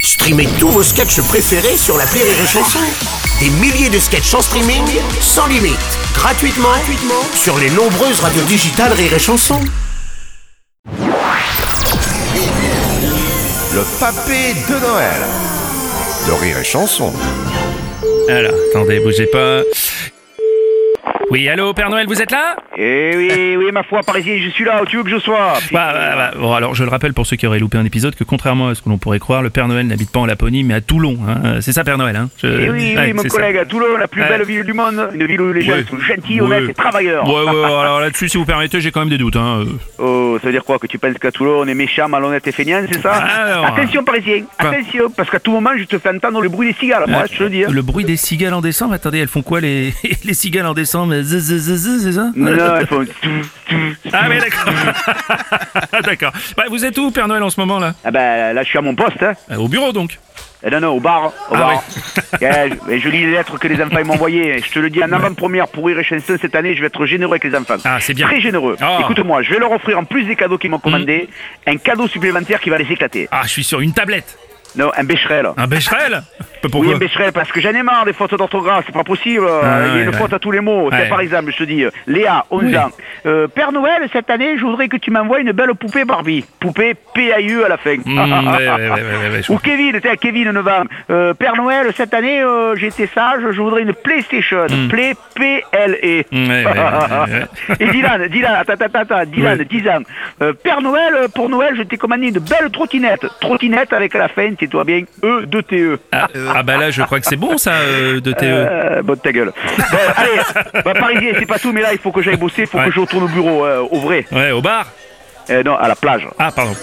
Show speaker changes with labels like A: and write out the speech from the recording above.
A: Streamez tous vos sketchs préférés sur la Rire et Chanson. Des milliers de sketchs en streaming, sans limite, gratuitement, gratuitement sur les nombreuses radios digitales Rire et Chanson.
B: Le papé de Noël. De rire et chanson.
C: Alors, attendez, bougez pas. Oui, allô, Père Noël, vous êtes là
D: Eh oui, oui, ma foi, parisien, je suis là, où tu veux que je sois
C: bah, bah, bah, bon, alors, je le rappelle pour ceux qui auraient loupé un épisode que contrairement à ce que l'on pourrait croire, le Père Noël n'habite pas en Laponie, mais à Toulon. hein. C'est ça, Père Noël hein Je-
D: Eh oui,
C: Ouais,
D: oui, mon
C: c'est ça.
D: collègue, à Toulon, la plus
C: Ouais.
D: belle ville du monde, une ville où les gens
C: Ouais.
D: sont gentils,
C: Ouais.
D: honnêtes et travailleurs.
C: Ouais, ouais, ouais, alors là-dessus, si vous permettez, j'ai quand même des doutes. Hein. Euh,
D: Oh, ça veut dire quoi Que tu penses qu'à Toulon, on est méchant, malhonnête et feignant, c'est ça
C: Alors.
D: Attention, parisien, attention, parce qu'à tout moment, je te fais entendre le bruit des cigales, moi, je te le dis. hein.
C: Le bruit des cigales en décembre, attendez, elles font quoi les, les cigales en décembre Zzz, zzz, zzz, C'est ça
D: Non, non, elles font tout, tout.
C: Ah, mais d'accord. d'accord. Bah, vous êtes où, Père Noël, en ce moment, là
D: Ah ben, là, je suis à mon poste, hein.
C: Euh, Au bureau, donc
D: Eh non, non, au bar, au
C: Ah
D: bar. Eh, je- je lis les lettres que les enfants m'ont envoyées. Je te le dis en avant-première pour Rire et Chanson cette année, je vais être généreux avec les enfants.
C: Ah, c'est bien.
D: Très généreux.
C: Ah.
D: Écoute-moi, je vais leur offrir en plus des cadeaux qu'ils m'ont commandés,
C: Hmm.
D: un cadeau supplémentaire qui va les éclater.
C: Ah, je suis sur une tablette.
D: Non, un bécherel.
C: Un Becherel Ah, Pourquoi
D: Oui, un bécherel, parce que j'en ai marre des fautes d'orthographe, c'est pas possible. Euh,
C: Ah,
D: Il y a une
C: ouais,
D: faute
C: ouais.
D: à tous les mots. Tiens,
C: Ouais.
D: Par exemple, je te dis, euh, Léa, 11
C: Oui.
D: ans. Euh, Père Noël, cette année, je voudrais que tu m'envoies une belle poupée Barbie. Poupée PAE à la fin.
C: Mm, ouais, ouais, ouais, ouais, ouais, ouais, je
D: Ou Kevin, tiens, Kevin 9 ans. Euh, Père Noël, cette année, euh, j'étais sage, je voudrais une PlayStation. Play P-L-E.
C: Mm, Hmm. ouais, ouais, ouais, ouais.
D: Et Dylan, Dylan, attends, attends, attends, Dylan,
C: Oui.
D: 10 ans. Euh, Père Noël, euh, pour Noël, je t'ai commandé une belle trottinette. Trottinette avec à la fin, tais-toi bien, E, 2 TE.
C: Ah, ah bah là, je crois que c'est bon ça euh, de TE.
D: Euh, bonne ta gueule. Bon, allez, bah, Parisien, c'est pas tout, mais là, il faut que j'aille bosser, il faut
C: Ouais.
D: que je retourne au bureau, euh, au vrai.
C: Ouais, au bar.
D: Euh, non, à la plage.
C: Ah, pardon.